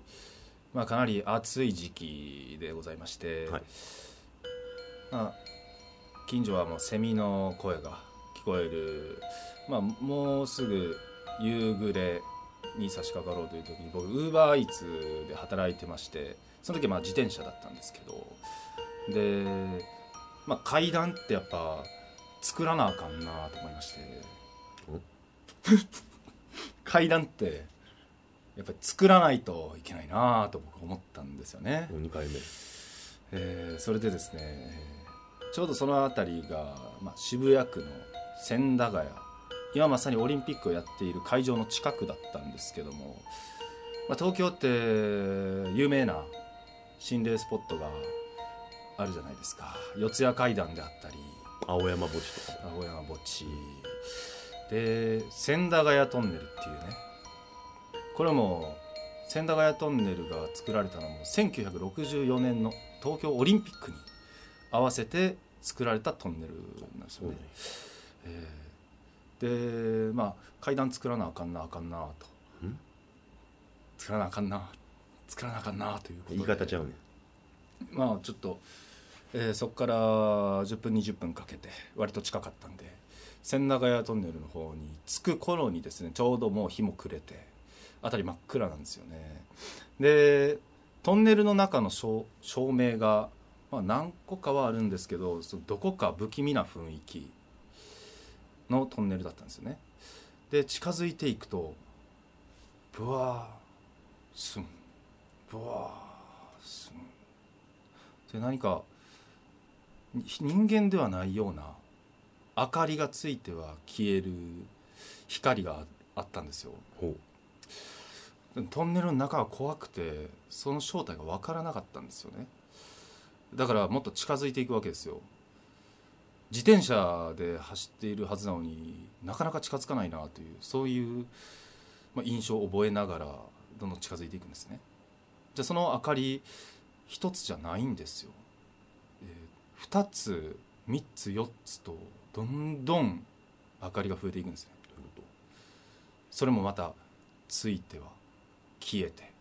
[SPEAKER 2] まあ、かなり暑い時期でございまして、
[SPEAKER 1] はい
[SPEAKER 2] まあ近所はもうセミの声が聞こえる、まあ、もうすぐ夕暮れに差し掛かろうという時に僕ウーバーイーツで働いてましてその時はまあ自転車だったんですけどで、まあ、階段ってやっぱ作らなあかんなと思いまして。 [LAUGHS] 階段ってやっぱり作らないといけないなぁと僕思ったんですよね、
[SPEAKER 1] もう2回目
[SPEAKER 2] えーそれでですねえーちょうどその辺りが、まあ、渋谷区の千駄ヶ谷今まさにオリンピックをやっている会場の近くだったんですけども、まあ、東京って有名な心霊スポットがあるじゃないですか四谷階段であったり
[SPEAKER 1] 青山墓地とか
[SPEAKER 2] 青山墓地で千駄ヶ谷トンネルっていうねこれも千駄ヶ谷トンネルが作られたのも1964年の東京オリンピックに合わせて作られたトンネルなんですよね。でまあ階段作らなあかんなあかんなあと
[SPEAKER 1] ん
[SPEAKER 2] 作らなあかんな作らなあかんなあということで
[SPEAKER 1] 言い方ちゃうね
[SPEAKER 2] まあちょっと、えーそこから10分20分かけて割と近かったんで千駄ヶ谷トンネルの方に着く頃にですねちょうどもう日も暮れて辺り真っ暗なんですよねでトンネルの中の照照明が、まあ、何個かはあるんですけどそのどこか不気味な雰囲気のトンネルだったんですよねで近づいていくとブワースンブワースンで何かに人間ではないような明かりがついては消える光があったんですよ
[SPEAKER 1] ほ
[SPEAKER 2] でもトンネルの中は怖くてその正体が分からなかったんですよねだからもっと近づいていくわけですよ自転車で走っているはずなのになかなか近づかないなというそういう、まあ、印象を覚えながらどんどん近づいていくんですねじゃあその明かり一つじゃないんですよ、えー、2つ3つ4つとどんどん明かりが増えていくんですねそれもまたついては消えて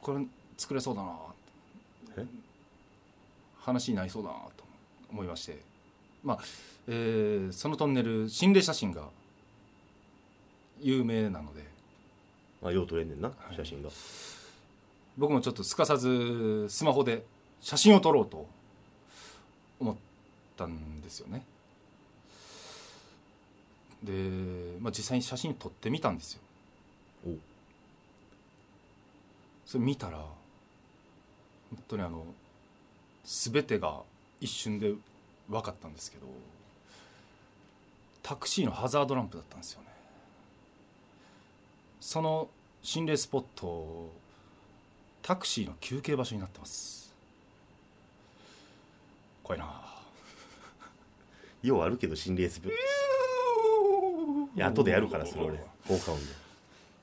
[SPEAKER 2] これ作れそうだな
[SPEAKER 1] え
[SPEAKER 2] 話になりそうだなと思いましてまあえーそのトンネル心霊写真が有名なので
[SPEAKER 1] あよう撮れんねんな写真が、
[SPEAKER 2] 僕もちょっとすかさずスマホで写真を撮ろうと思ったんですよねで、まあ、実際に写真撮ってみたんですよ
[SPEAKER 1] お
[SPEAKER 2] それ見たら本当にあの全てが一瞬で分かったんですけどタクシーのハザードランプだったんですよねその心霊スポットタクシーの休憩場所になってます怖いな
[SPEAKER 1] ようあるけど心霊スポットいや後でやるからそれ俺効果音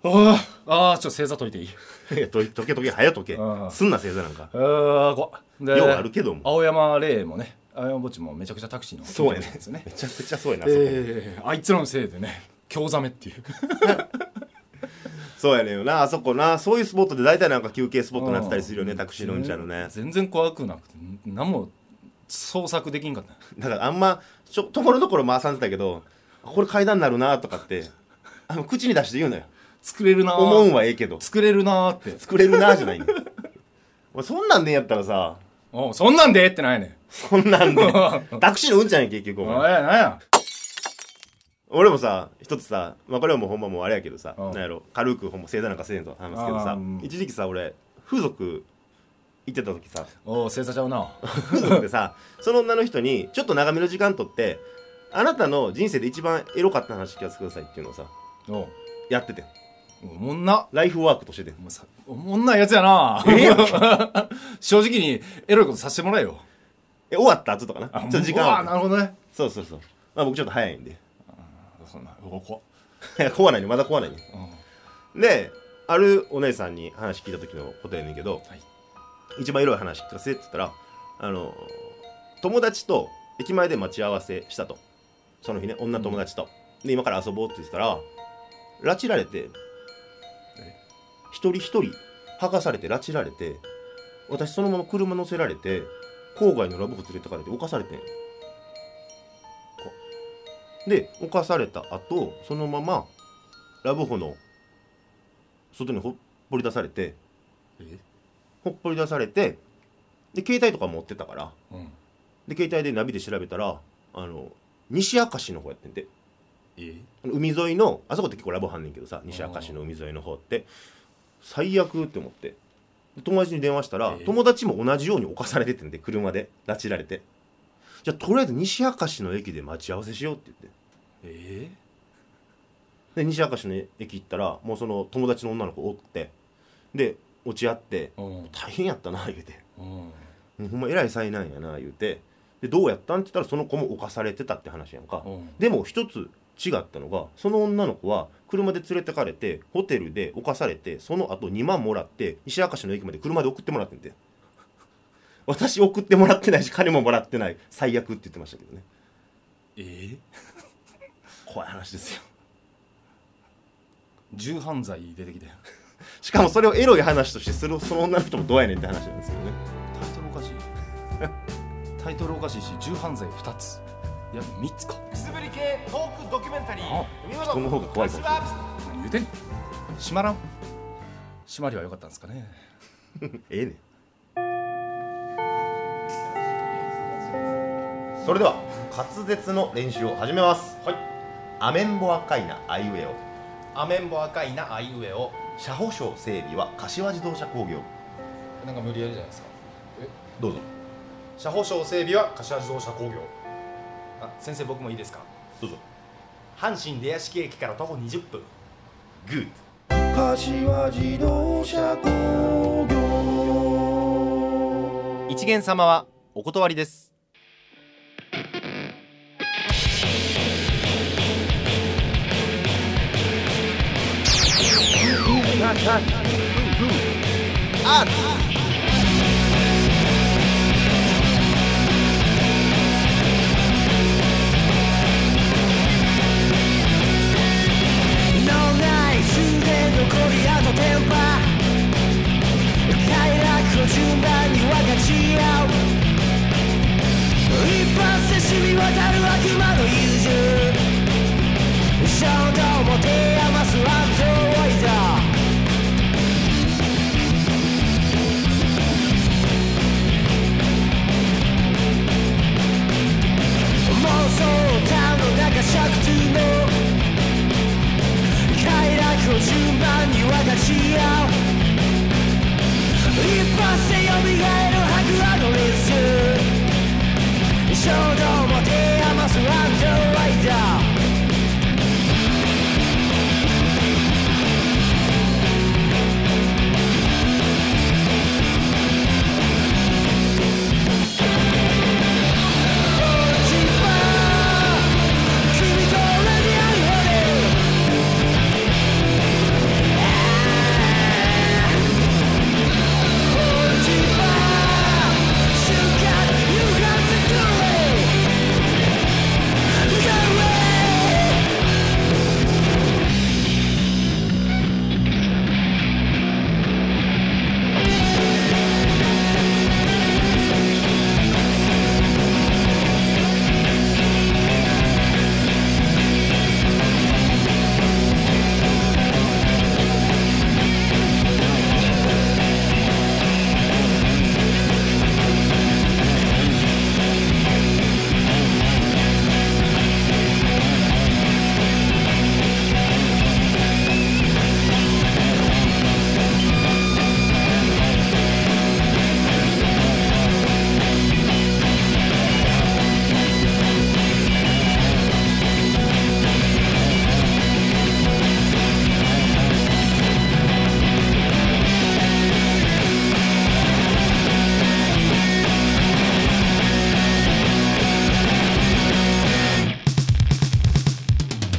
[SPEAKER 2] あーあーちょっと正座解いていい
[SPEAKER 1] で [LAUGHS] いやといとけとけ早とけ
[SPEAKER 2] ああ
[SPEAKER 1] すんな星座なんか
[SPEAKER 2] あー怖っで
[SPEAKER 1] ようあるけども
[SPEAKER 2] 青山霊もね青山墓地もめちゃくちゃタクシーの
[SPEAKER 1] そうやね
[SPEAKER 2] ですよね
[SPEAKER 1] めちゃくちゃそうやな、
[SPEAKER 2] えーあいつらのせいでね興ざめっていう
[SPEAKER 1] そこそうやねんよなあそこなそういうスポットで大体なんか休憩スポットになってたりするよねタクシーのうんちゃんのね
[SPEAKER 2] 全然怖くなくて何も捜索できんかった
[SPEAKER 1] だからあんまちょところどころ回さんでたけどあこれ階段になるなとかってあの口に出して言うのよ
[SPEAKER 2] 作れるなー
[SPEAKER 1] 思うんはええけど
[SPEAKER 2] 作れるなーって
[SPEAKER 1] 作れるなじゃないね
[SPEAKER 2] [LAUGHS]
[SPEAKER 1] んお前そんなんでんやったらさ
[SPEAKER 2] おうそんなんでってないねん
[SPEAKER 1] そんなん
[SPEAKER 2] [LAUGHS]
[SPEAKER 1] でタクシーのうんちゃんやん結局お
[SPEAKER 2] おい
[SPEAKER 1] 前
[SPEAKER 2] なんや
[SPEAKER 1] 俺もさ一つさ、まあ、これはもうほんまもうあれやけどさ、
[SPEAKER 2] うん
[SPEAKER 1] なんやろ軽くほんま正座なんかせえんと話すけど
[SPEAKER 2] あー
[SPEAKER 1] さ
[SPEAKER 2] うん
[SPEAKER 1] 一時期さ俺風俗行ってた時さ
[SPEAKER 2] おう正座ちゃうな
[SPEAKER 1] 風俗でさ [LAUGHS] その女の人にちょっと長めの時間取ってあなたの人生で一番エロかった話聞かせてくださいっていうのをさ
[SPEAKER 2] おう
[SPEAKER 1] やっててん
[SPEAKER 2] おもんな
[SPEAKER 1] ライフワークとしててん
[SPEAKER 2] もうさおもんないやつやな [LAUGHS] 正直にエロいことさせてもらえよ
[SPEAKER 1] え終わった後とかな
[SPEAKER 2] あ
[SPEAKER 1] ちょっと時
[SPEAKER 2] うわ
[SPEAKER 1] 間
[SPEAKER 2] な
[SPEAKER 1] は
[SPEAKER 2] るほどね
[SPEAKER 1] そうそうそうまあ僕ちょっと早いんで
[SPEAKER 2] そんなうわ怖っ
[SPEAKER 1] 怖ないねまだ怖ないね
[SPEAKER 2] うん
[SPEAKER 1] であるお姉さんに話聞いた時のことやねんけど、
[SPEAKER 2] はい
[SPEAKER 1] 一番エロい話聞かせって言ったらあの友達と駅前で待ち合わせしたとその日ね女友達と、で今から遊ぼうって言ってたら拉致られて一人一人剥がされて拉致られて私そのまま車乗せられて郊外のラブホ連れてかれて犯されてんで犯された後そのままラブホの外にほっぽり出されて
[SPEAKER 2] え
[SPEAKER 1] ほっぽり出されてで携帯とか持ってたから
[SPEAKER 2] うん
[SPEAKER 1] で携帯でナビで調べたらあの西明石の方やってんて
[SPEAKER 2] え
[SPEAKER 1] あの海沿いのあそこって結構ラブはんねんけどさ西明石の海沿いの方って最悪って思ってで友達に電話したら
[SPEAKER 2] ええ
[SPEAKER 1] 友達も同じように侵されててんで車で拉致られてじゃあとりあえず西明石の駅で待ち合わせしようって言って
[SPEAKER 2] え
[SPEAKER 1] で西明石の駅行ったらもうその友達の女の子おってで落ち合って
[SPEAKER 2] うん
[SPEAKER 1] 大変やったな言うて
[SPEAKER 2] うん
[SPEAKER 1] もうほんま偉い災難やな言うてでどうやったんって言ったらその子も犯されてたって話やんか
[SPEAKER 2] うん
[SPEAKER 1] でも一つ違ったのがその女の子は車で連れてかれてホテルで犯されてその後2万もらって西明石の駅まで車で送ってもらってん [LAUGHS] て私送ってもらってないし金ももらってない最悪って言ってましたけどね
[SPEAKER 2] え
[SPEAKER 1] 怖い話ですよ
[SPEAKER 2] 重犯罪出てきて
[SPEAKER 1] しかもそれをエロい話としてするその女の人もどうやねんって話なんですけどね
[SPEAKER 2] タイトルおかしい [LAUGHS] タイトルおかしいし重犯罪2ついや3つか
[SPEAKER 3] くすぶり系トークドキュメンタリー
[SPEAKER 2] あ
[SPEAKER 3] 海物
[SPEAKER 1] 人の方が怖いかもしれない
[SPEAKER 2] 何言うてんねん閉まらん閉まりは良かったんですかね
[SPEAKER 1] ええねんそれでは滑舌の練習を始めますはいアメンボ赤いなあいうえお
[SPEAKER 3] アメンボ赤いなあいうえを
[SPEAKER 1] 車保証整備は柏自動車工業
[SPEAKER 2] なんか無理やりじゃないですか
[SPEAKER 1] どうぞ
[SPEAKER 2] 車保証整備は柏自動車工業あ先生僕もいいですか
[SPEAKER 1] どうぞ
[SPEAKER 3] 阪神出屋敷駅から徒歩20分
[SPEAKER 1] グッ
[SPEAKER 3] 一元様はお断りです
[SPEAKER 5] 脳内数で残りあとテンパ快楽を順番に分かち合う一発で勝染み渡る悪魔の優柔衝動も手余す悪党をいざ妄想タウンの中尺中の快楽を順番に分かち合う一発で蘇る白亜のリズム衝動も手余すワンドライダー君と俺に会うまで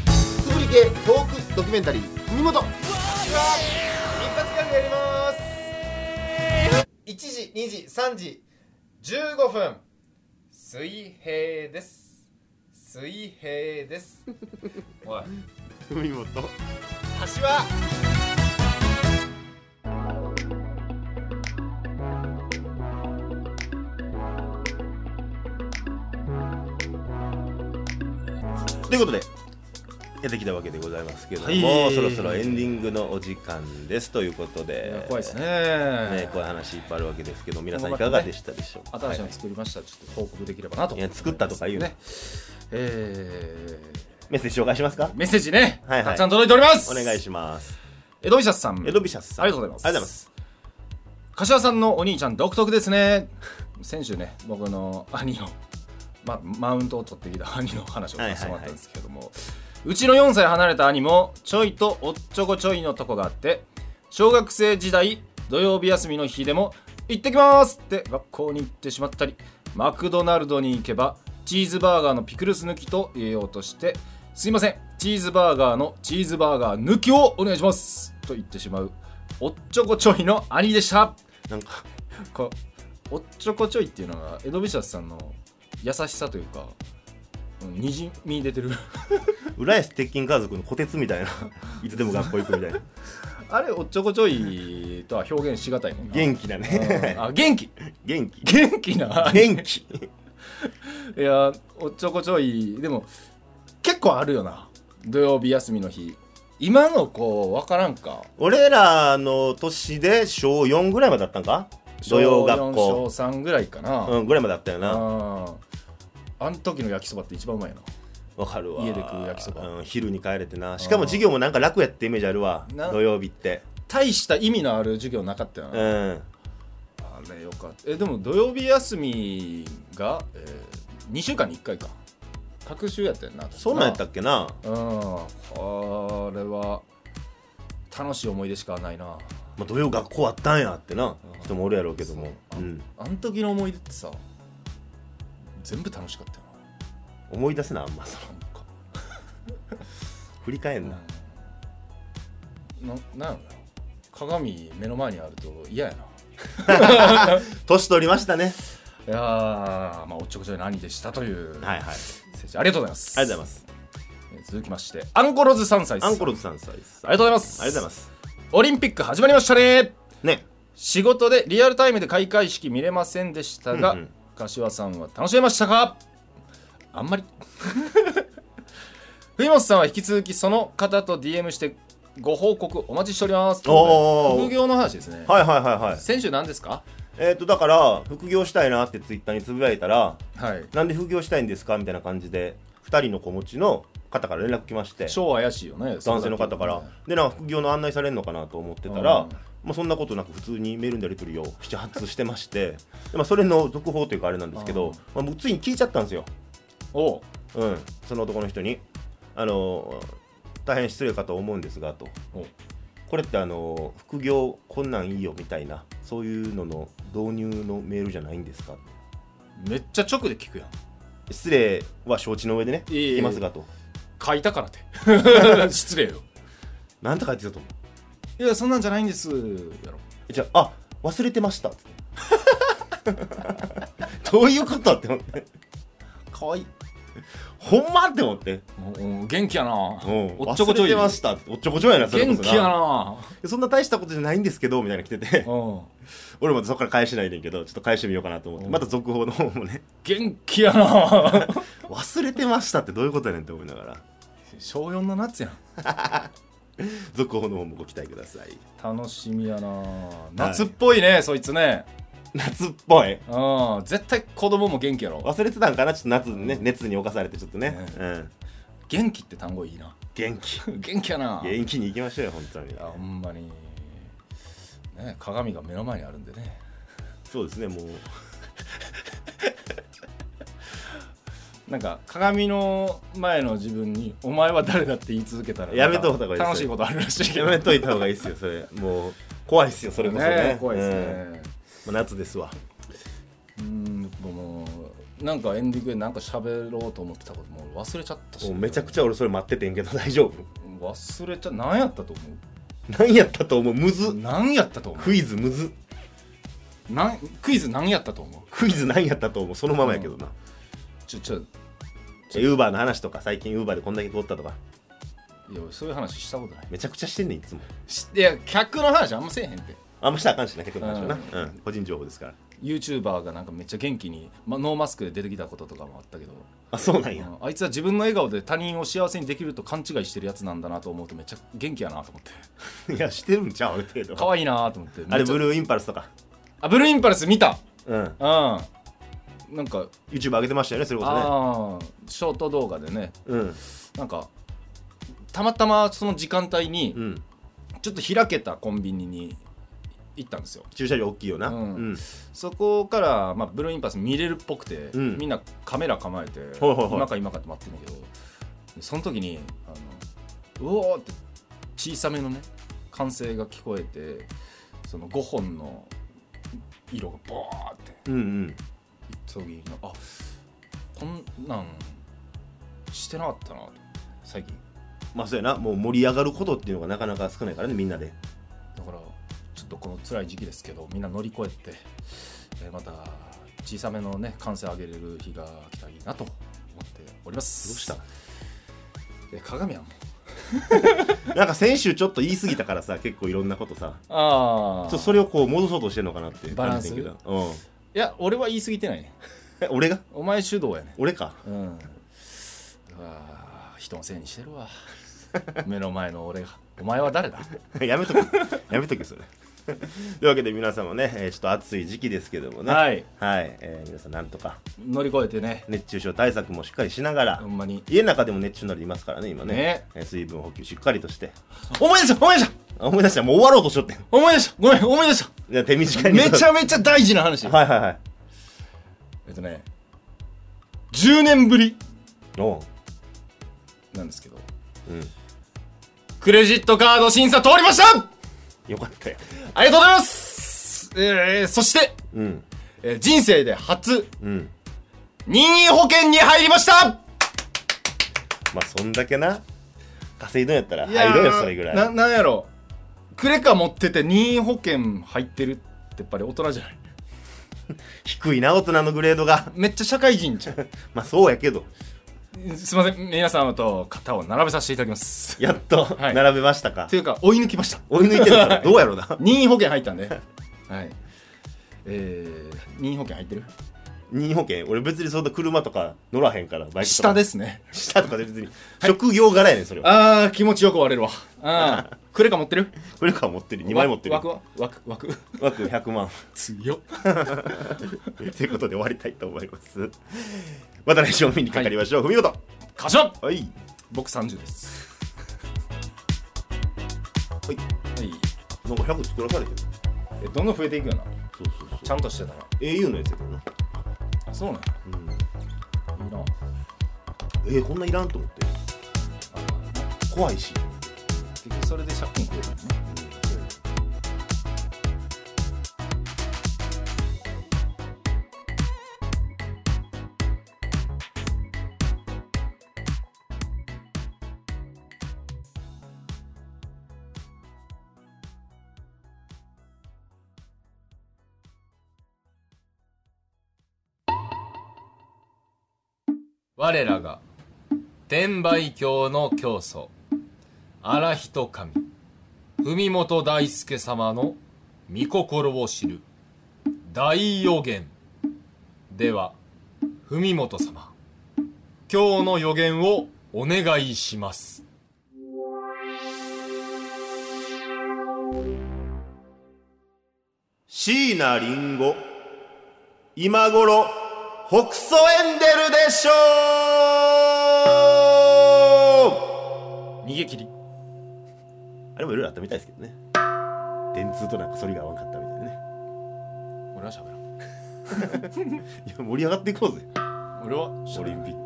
[SPEAKER 3] つぶり系トークドキュメンタリー海本一発ギャグやります1時2時3時15分水平です水平ですおい
[SPEAKER 1] 海本
[SPEAKER 3] 橋は
[SPEAKER 1] ということでやってきたわけでございますけども、
[SPEAKER 2] はい
[SPEAKER 1] そろそろエンディングのお時間ですということで
[SPEAKER 2] 怖いですね
[SPEAKER 1] ねこういう話いっぱいあるわけですけど皆さんいかがでしたでしょうか、
[SPEAKER 2] 新しい
[SPEAKER 1] は
[SPEAKER 2] の作りました、ちょっと報告できればなと
[SPEAKER 1] いや作ったとか言うね
[SPEAKER 2] ねえ
[SPEAKER 1] いメッセージ紹介しますか
[SPEAKER 2] ーメッセージね、
[SPEAKER 1] はいはい
[SPEAKER 2] たくさん届いております
[SPEAKER 1] お願いします
[SPEAKER 2] エドビシャスさん
[SPEAKER 1] エドビシャスさん
[SPEAKER 2] ありがとうございます
[SPEAKER 1] ありがとうございます
[SPEAKER 2] 柏さんのお兄ちゃん独特ですね先週ね僕の兄の、ま、マウントを取ってきた兄の話をさせてもらったんですけども、うちの4歳離れた兄もちょいとおっちょこちょいのとこがあって小学生時代土曜日休みの日でも「行ってきます!」って学校に行ってしまったりマクドナルドに行けばチーズバーガーのピクルス抜きと入れようとして「すいませんチーズバーガーのチーズバーガー抜きをお願いします!」と言ってしまうおっちょこちょいの兄でした
[SPEAKER 1] なんか
[SPEAKER 2] こうおっちょこちょいっていうのがエドビシャスさんの優しさというか、うん、にじみ出てる
[SPEAKER 1] 浦安鉄筋家族の虎鉄みたいないつでも学校行くみたい
[SPEAKER 2] [LAUGHS]
[SPEAKER 1] な
[SPEAKER 2] [LAUGHS] あれおっちょこちょいとは表現しがたいもんな
[SPEAKER 1] 元気だ
[SPEAKER 2] うん
[SPEAKER 1] ね
[SPEAKER 2] あ元気
[SPEAKER 1] [LAUGHS] 元気
[SPEAKER 2] 元気な
[SPEAKER 1] 元気
[SPEAKER 2] いやおっちょこちょいでも結構あるよな土曜日休みの日今の子分からんか
[SPEAKER 1] 俺らの年で小4ぐらいまでだったんか土曜学
[SPEAKER 2] 小
[SPEAKER 1] 校
[SPEAKER 2] 4小3ぐらいかな、
[SPEAKER 1] うんぐらいまでだったよな
[SPEAKER 2] ああん時の焼きそばって一番うまいな
[SPEAKER 1] わかるわ
[SPEAKER 2] 家で食う焼きそば
[SPEAKER 1] うん、昼に帰れてなしかも授業もなんか楽やってイメージあるわ
[SPEAKER 2] な
[SPEAKER 1] 土曜日って
[SPEAKER 2] 大した意味のある授業なかったよな、
[SPEAKER 1] うん
[SPEAKER 2] あれよかったえでも土曜日休みが、え2週間に1回か隔週やったよな
[SPEAKER 1] そんなんやった
[SPEAKER 2] うん
[SPEAKER 1] っけな
[SPEAKER 2] これは楽しい思い出しかないな
[SPEAKER 1] まあ、土曜学校あったんやってな人もおるやろうけども
[SPEAKER 2] そううんあん時の思い出ってさ全部楽しかったよ
[SPEAKER 1] 思い出せなあんまその
[SPEAKER 2] な
[SPEAKER 1] 振り返んな、
[SPEAKER 2] なんか、うん、ななんやろな鏡目の前にあると嫌やな
[SPEAKER 1] 年取りましたね
[SPEAKER 2] いやーまあおっちょこちょい何でしたという、
[SPEAKER 1] はいはいあり
[SPEAKER 2] 先生ありがとうございます
[SPEAKER 1] がとうございます
[SPEAKER 2] えー続きましてアンコロズ3歳です
[SPEAKER 1] アンコロズさんさんです
[SPEAKER 2] ありがとうございます
[SPEAKER 1] ありがとうございます
[SPEAKER 2] オリンピック始まりましたね
[SPEAKER 1] ね
[SPEAKER 2] 仕事でリアルタイムで開会式見れませんでしたが、
[SPEAKER 1] うんうん
[SPEAKER 2] 柏さんは楽しめましたかあんまり [LAUGHS] 藤本さんは引き続きその方と DM してご報告お待ちしております
[SPEAKER 1] おー
[SPEAKER 2] 副業の話ですね、
[SPEAKER 1] はいはいはいはい
[SPEAKER 2] 先週何ですか
[SPEAKER 1] えっ、とだから副業したいなってツイッターにつぶやいたら
[SPEAKER 2] はい
[SPEAKER 1] なんで副業したいんですかみたいな感じで2人の子持ちの方から連絡来まして
[SPEAKER 2] 超怪しいよね
[SPEAKER 1] 男性の方からでなんか副業の案内されるのかなと思ってたら、
[SPEAKER 2] うん
[SPEAKER 1] まあ、そんなことなく普通にメールのやり取りを7発してまして、でまあ、それの続報というかあれなんですけど、まあ、もうついに聞いちゃったんですよ、
[SPEAKER 2] おう
[SPEAKER 1] うん、その男の人にあの大変失礼かと思うんですがと
[SPEAKER 2] おう
[SPEAKER 1] これってあの副業こんなんいいよみたいなそういうのの導入のメールじゃないんですか
[SPEAKER 2] めっちゃ直で聞くやん
[SPEAKER 1] 失礼は承知の上でね
[SPEAKER 2] いえいえ
[SPEAKER 1] 聞きますがと
[SPEAKER 2] 書いたから
[SPEAKER 1] [LAUGHS]
[SPEAKER 2] って失礼よ
[SPEAKER 1] なんて書いてたと思
[SPEAKER 2] いやそんなんじゃないんですやろ
[SPEAKER 1] うじゃああ忘れてましたっつって [LAUGHS] どういうことって思って
[SPEAKER 2] かわいい
[SPEAKER 1] ほんまって思って
[SPEAKER 2] もうもう元気やな
[SPEAKER 1] うん
[SPEAKER 2] おっちょこち
[SPEAKER 1] 忘れ
[SPEAKER 2] ょい
[SPEAKER 1] てましたっておっちょこちょいやなそれこ
[SPEAKER 2] 元
[SPEAKER 1] そ
[SPEAKER 2] 気やな
[SPEAKER 1] そんな大したことじゃないんですけどみたいなの来てて
[SPEAKER 2] うん
[SPEAKER 1] 俺もそこから返しないねんけどちょっと返してみようかなと思って
[SPEAKER 2] うん
[SPEAKER 1] また続報の方もね
[SPEAKER 2] 元気やな
[SPEAKER 1] 忘れてましたってどういうことやねんって思いながら
[SPEAKER 2] 小4の夏やん
[SPEAKER 1] 続報の方もご期待ください
[SPEAKER 2] 楽しみやな夏っぽいね、そいつね
[SPEAKER 1] 夏っぽい
[SPEAKER 2] うん絶対子供も元気やろ
[SPEAKER 1] 忘れてたんかなちょっと夏にね熱に侵されてちょっとね
[SPEAKER 2] ね
[SPEAKER 1] うん
[SPEAKER 2] 元気って単語いいな
[SPEAKER 1] 元気
[SPEAKER 2] 元気やな
[SPEAKER 1] 元気に行きましょうよ本当に
[SPEAKER 2] いやほんまにね鏡が目の前にあるんでね
[SPEAKER 1] そうですね
[SPEAKER 2] [LAUGHS]
[SPEAKER 1] もう
[SPEAKER 2] なんか鏡の前の自分に「お前は誰だ?」って言い続けたら
[SPEAKER 1] やめといた方がいいですよ
[SPEAKER 2] 楽しいことあるらしいけ
[SPEAKER 1] や
[SPEAKER 2] ど
[SPEAKER 1] めといた方がいいですよそれもう怖いっすよそれこそね
[SPEAKER 2] 怖いです
[SPEAKER 1] うん
[SPEAKER 2] ね
[SPEAKER 1] まあ夏ですわ
[SPEAKER 2] うんやっぱもうなんかエンディングでなんか喋ろうと思ってたこともう忘れちゃったし
[SPEAKER 1] もうめちゃくちゃ俺それ待っててんけど大丈夫
[SPEAKER 2] 忘れちゃ何やったと思
[SPEAKER 1] 何やったと思うむ
[SPEAKER 2] う
[SPEAKER 1] ず
[SPEAKER 2] 何やったと思
[SPEAKER 1] クイズむず
[SPEAKER 2] うなんクイズ何やったと思う
[SPEAKER 1] クイズ何やったと思うそのままやけどな
[SPEAKER 2] ちょちょい
[SPEAKER 1] ウーバーの話とか最近ウーバーでこんだけ通ったとか
[SPEAKER 2] や俺そういう話したことない
[SPEAKER 1] めちゃくちゃしてんねんいつも
[SPEAKER 2] しいや客の話あんませえへんって
[SPEAKER 1] あんましたらあかんしな結構の話はな、
[SPEAKER 2] う
[SPEAKER 1] うん個人情報ですから
[SPEAKER 2] YouTuber がなんかめっちゃ元気に、ま、ノーマスクで出てきたこととかもあったけど
[SPEAKER 1] あそうなん
[SPEAKER 2] う
[SPEAKER 1] や
[SPEAKER 2] んあいつは自分の笑顔で他人を幸せにできると勘違いしてるやつなんだなと思うとめっちゃ元気やなと [LAUGHS] 思って
[SPEAKER 1] いやしてるんちゃうある程度
[SPEAKER 2] 可愛いなと思って
[SPEAKER 1] あれ
[SPEAKER 2] めっちゃ
[SPEAKER 1] ブルーインパルスとか
[SPEAKER 2] あブルーインパルス見た
[SPEAKER 1] うん
[SPEAKER 2] うんなんか
[SPEAKER 1] YouTube 上げてましたよねそれこそね
[SPEAKER 2] ああショート動画でね
[SPEAKER 1] うん
[SPEAKER 2] なんかたまたまその時間帯に
[SPEAKER 1] うん
[SPEAKER 2] ちょっと開けたコンビニに行ったんですよ
[SPEAKER 1] 駐車場大きいよな
[SPEAKER 2] う
[SPEAKER 1] うんん、
[SPEAKER 2] そこから、まあ、ブルーインパルス見れるっぽくて、
[SPEAKER 1] うん
[SPEAKER 2] みんなカメラ構えて、
[SPEAKER 1] ほいほいほい
[SPEAKER 2] 今か今かって待ってんだけどその時にあのうおーって小さめのね歓声が聞こえてその5本の色がボーって
[SPEAKER 1] うんうん
[SPEAKER 2] その時にあこんなんしてなかったなと最近
[SPEAKER 1] まあそうやなもう盛り上がることっていうのがなかなか少ないからねみんなで
[SPEAKER 2] だからちょっとこの辛い時期ですけどみんな乗り越えて、えーまた小さめのね歓声上げれる日が来たらいいなと思っております
[SPEAKER 1] どうした
[SPEAKER 2] えー鏡やんもう
[SPEAKER 1] なんか先週ちょっと言い過ぎたからさ結構いろんなことさ
[SPEAKER 2] あ
[SPEAKER 1] ちょ
[SPEAKER 2] あ
[SPEAKER 1] っとそれをこう戻そうとしてるのかなって
[SPEAKER 2] バラ
[SPEAKER 1] 感
[SPEAKER 2] ン
[SPEAKER 1] じ
[SPEAKER 2] ス
[SPEAKER 1] てんけど、うん、
[SPEAKER 2] いや俺は言い過ぎてないね
[SPEAKER 1] え俺が
[SPEAKER 2] [LAUGHS] お前主導やね
[SPEAKER 1] 俺か
[SPEAKER 2] うんあー人のせいにしてる [LAUGHS] わ目の前の俺がお前は誰だ
[SPEAKER 1] [LAUGHS] やめとけ。やめとけ、それ。 [LAUGHS] というわけで皆さんもね、えーちょっと暑い時期ですけどもね、
[SPEAKER 2] はい
[SPEAKER 1] えー皆さんなんとか
[SPEAKER 2] [LAUGHS] 乗り越えてね
[SPEAKER 1] 熱中症対策もしっかりしながら
[SPEAKER 2] ほ、んまに
[SPEAKER 1] 家の中でも熱中になりますからね、今ね
[SPEAKER 2] ね
[SPEAKER 1] えー水分補給しっかりとして。
[SPEAKER 2] 思い出した思い出した
[SPEAKER 1] あ思い出した、もう終わろうとしとってん。 [LAUGHS]
[SPEAKER 2] 思い出したごめん思い出 [LAUGHS] し
[SPEAKER 1] じゃあ手短
[SPEAKER 2] た
[SPEAKER 1] に。
[SPEAKER 2] めちゃめちゃ大事な [LAUGHS]
[SPEAKER 1] [LAUGHS]
[SPEAKER 2] 話
[SPEAKER 1] はいはいはい。
[SPEAKER 2] えっとね10年ぶり
[SPEAKER 1] おう
[SPEAKER 2] なんですけど、
[SPEAKER 1] うん
[SPEAKER 2] クレジットカード審査通りました
[SPEAKER 1] よかったよ。
[SPEAKER 2] ありがとうございます、えー、そして、
[SPEAKER 1] うん。
[SPEAKER 2] えー人生で初
[SPEAKER 1] うん。
[SPEAKER 2] 任意保険に入りました
[SPEAKER 1] まあ、そんだけな、稼いどんやったら入ろうよ、それぐらい。
[SPEAKER 2] ななんやろクレカ持ってて任意保険入ってるってやっぱり大人じゃない
[SPEAKER 1] 低いな、大人のグレードが。
[SPEAKER 2] めっちゃ社会人じゃん
[SPEAKER 1] まあ、そうやけど。
[SPEAKER 2] すいません皆様と肩を並べさせていただきます
[SPEAKER 1] やっと、
[SPEAKER 2] はい
[SPEAKER 1] 並べましたか
[SPEAKER 2] と。いうか追い抜きました
[SPEAKER 1] 追い抜いてる
[SPEAKER 2] [LAUGHS]
[SPEAKER 1] から、どうやろうな。
[SPEAKER 2] 任意保険入ったんではいえー、任意保険入ってる
[SPEAKER 1] 任意保険俺別にそんな車とか乗らへんからバイクとか
[SPEAKER 2] 下ですね
[SPEAKER 1] 下とかで別に職業柄やねんそれは
[SPEAKER 2] あー気持ちよく終われるわうんクレカ持ってる
[SPEAKER 1] これか持ってる2枚持ってる
[SPEAKER 2] 枠は枠枠
[SPEAKER 1] 枠100万
[SPEAKER 2] 強っ
[SPEAKER 1] ということで終わりたいと思いますまた来週お見にかかりましょう、文元
[SPEAKER 2] カシャ
[SPEAKER 1] はい
[SPEAKER 2] 僕30です
[SPEAKER 1] はい
[SPEAKER 2] はい
[SPEAKER 1] なんか100作らされてる
[SPEAKER 2] えどんどん増えていくよな
[SPEAKER 1] そうそうそう
[SPEAKER 2] ちゃんとしてたら
[SPEAKER 1] au のやつやけどな、
[SPEAKER 2] あそうなんや
[SPEAKER 1] うん、
[SPEAKER 2] いいな
[SPEAKER 1] えー、こんないらんと思って怖いし
[SPEAKER 2] 結局それで借金増えるよね
[SPEAKER 6] 我らが天売教の教祖荒人神文本大輔様の御心を知る大予言では文本様今日の予言をお願いします
[SPEAKER 1] 椎名林檎今頃北総エンデルでしょ
[SPEAKER 2] 逃げ切り
[SPEAKER 1] うあれもいろいろあったみたいですけどね電通となんか反りが合わんかったみたいなね
[SPEAKER 6] 俺は喋らん
[SPEAKER 1] いや盛り上がっていこうぜ
[SPEAKER 6] 俺は喋
[SPEAKER 1] オ
[SPEAKER 6] ら
[SPEAKER 1] リ
[SPEAKER 6] ん
[SPEAKER 1] ンピック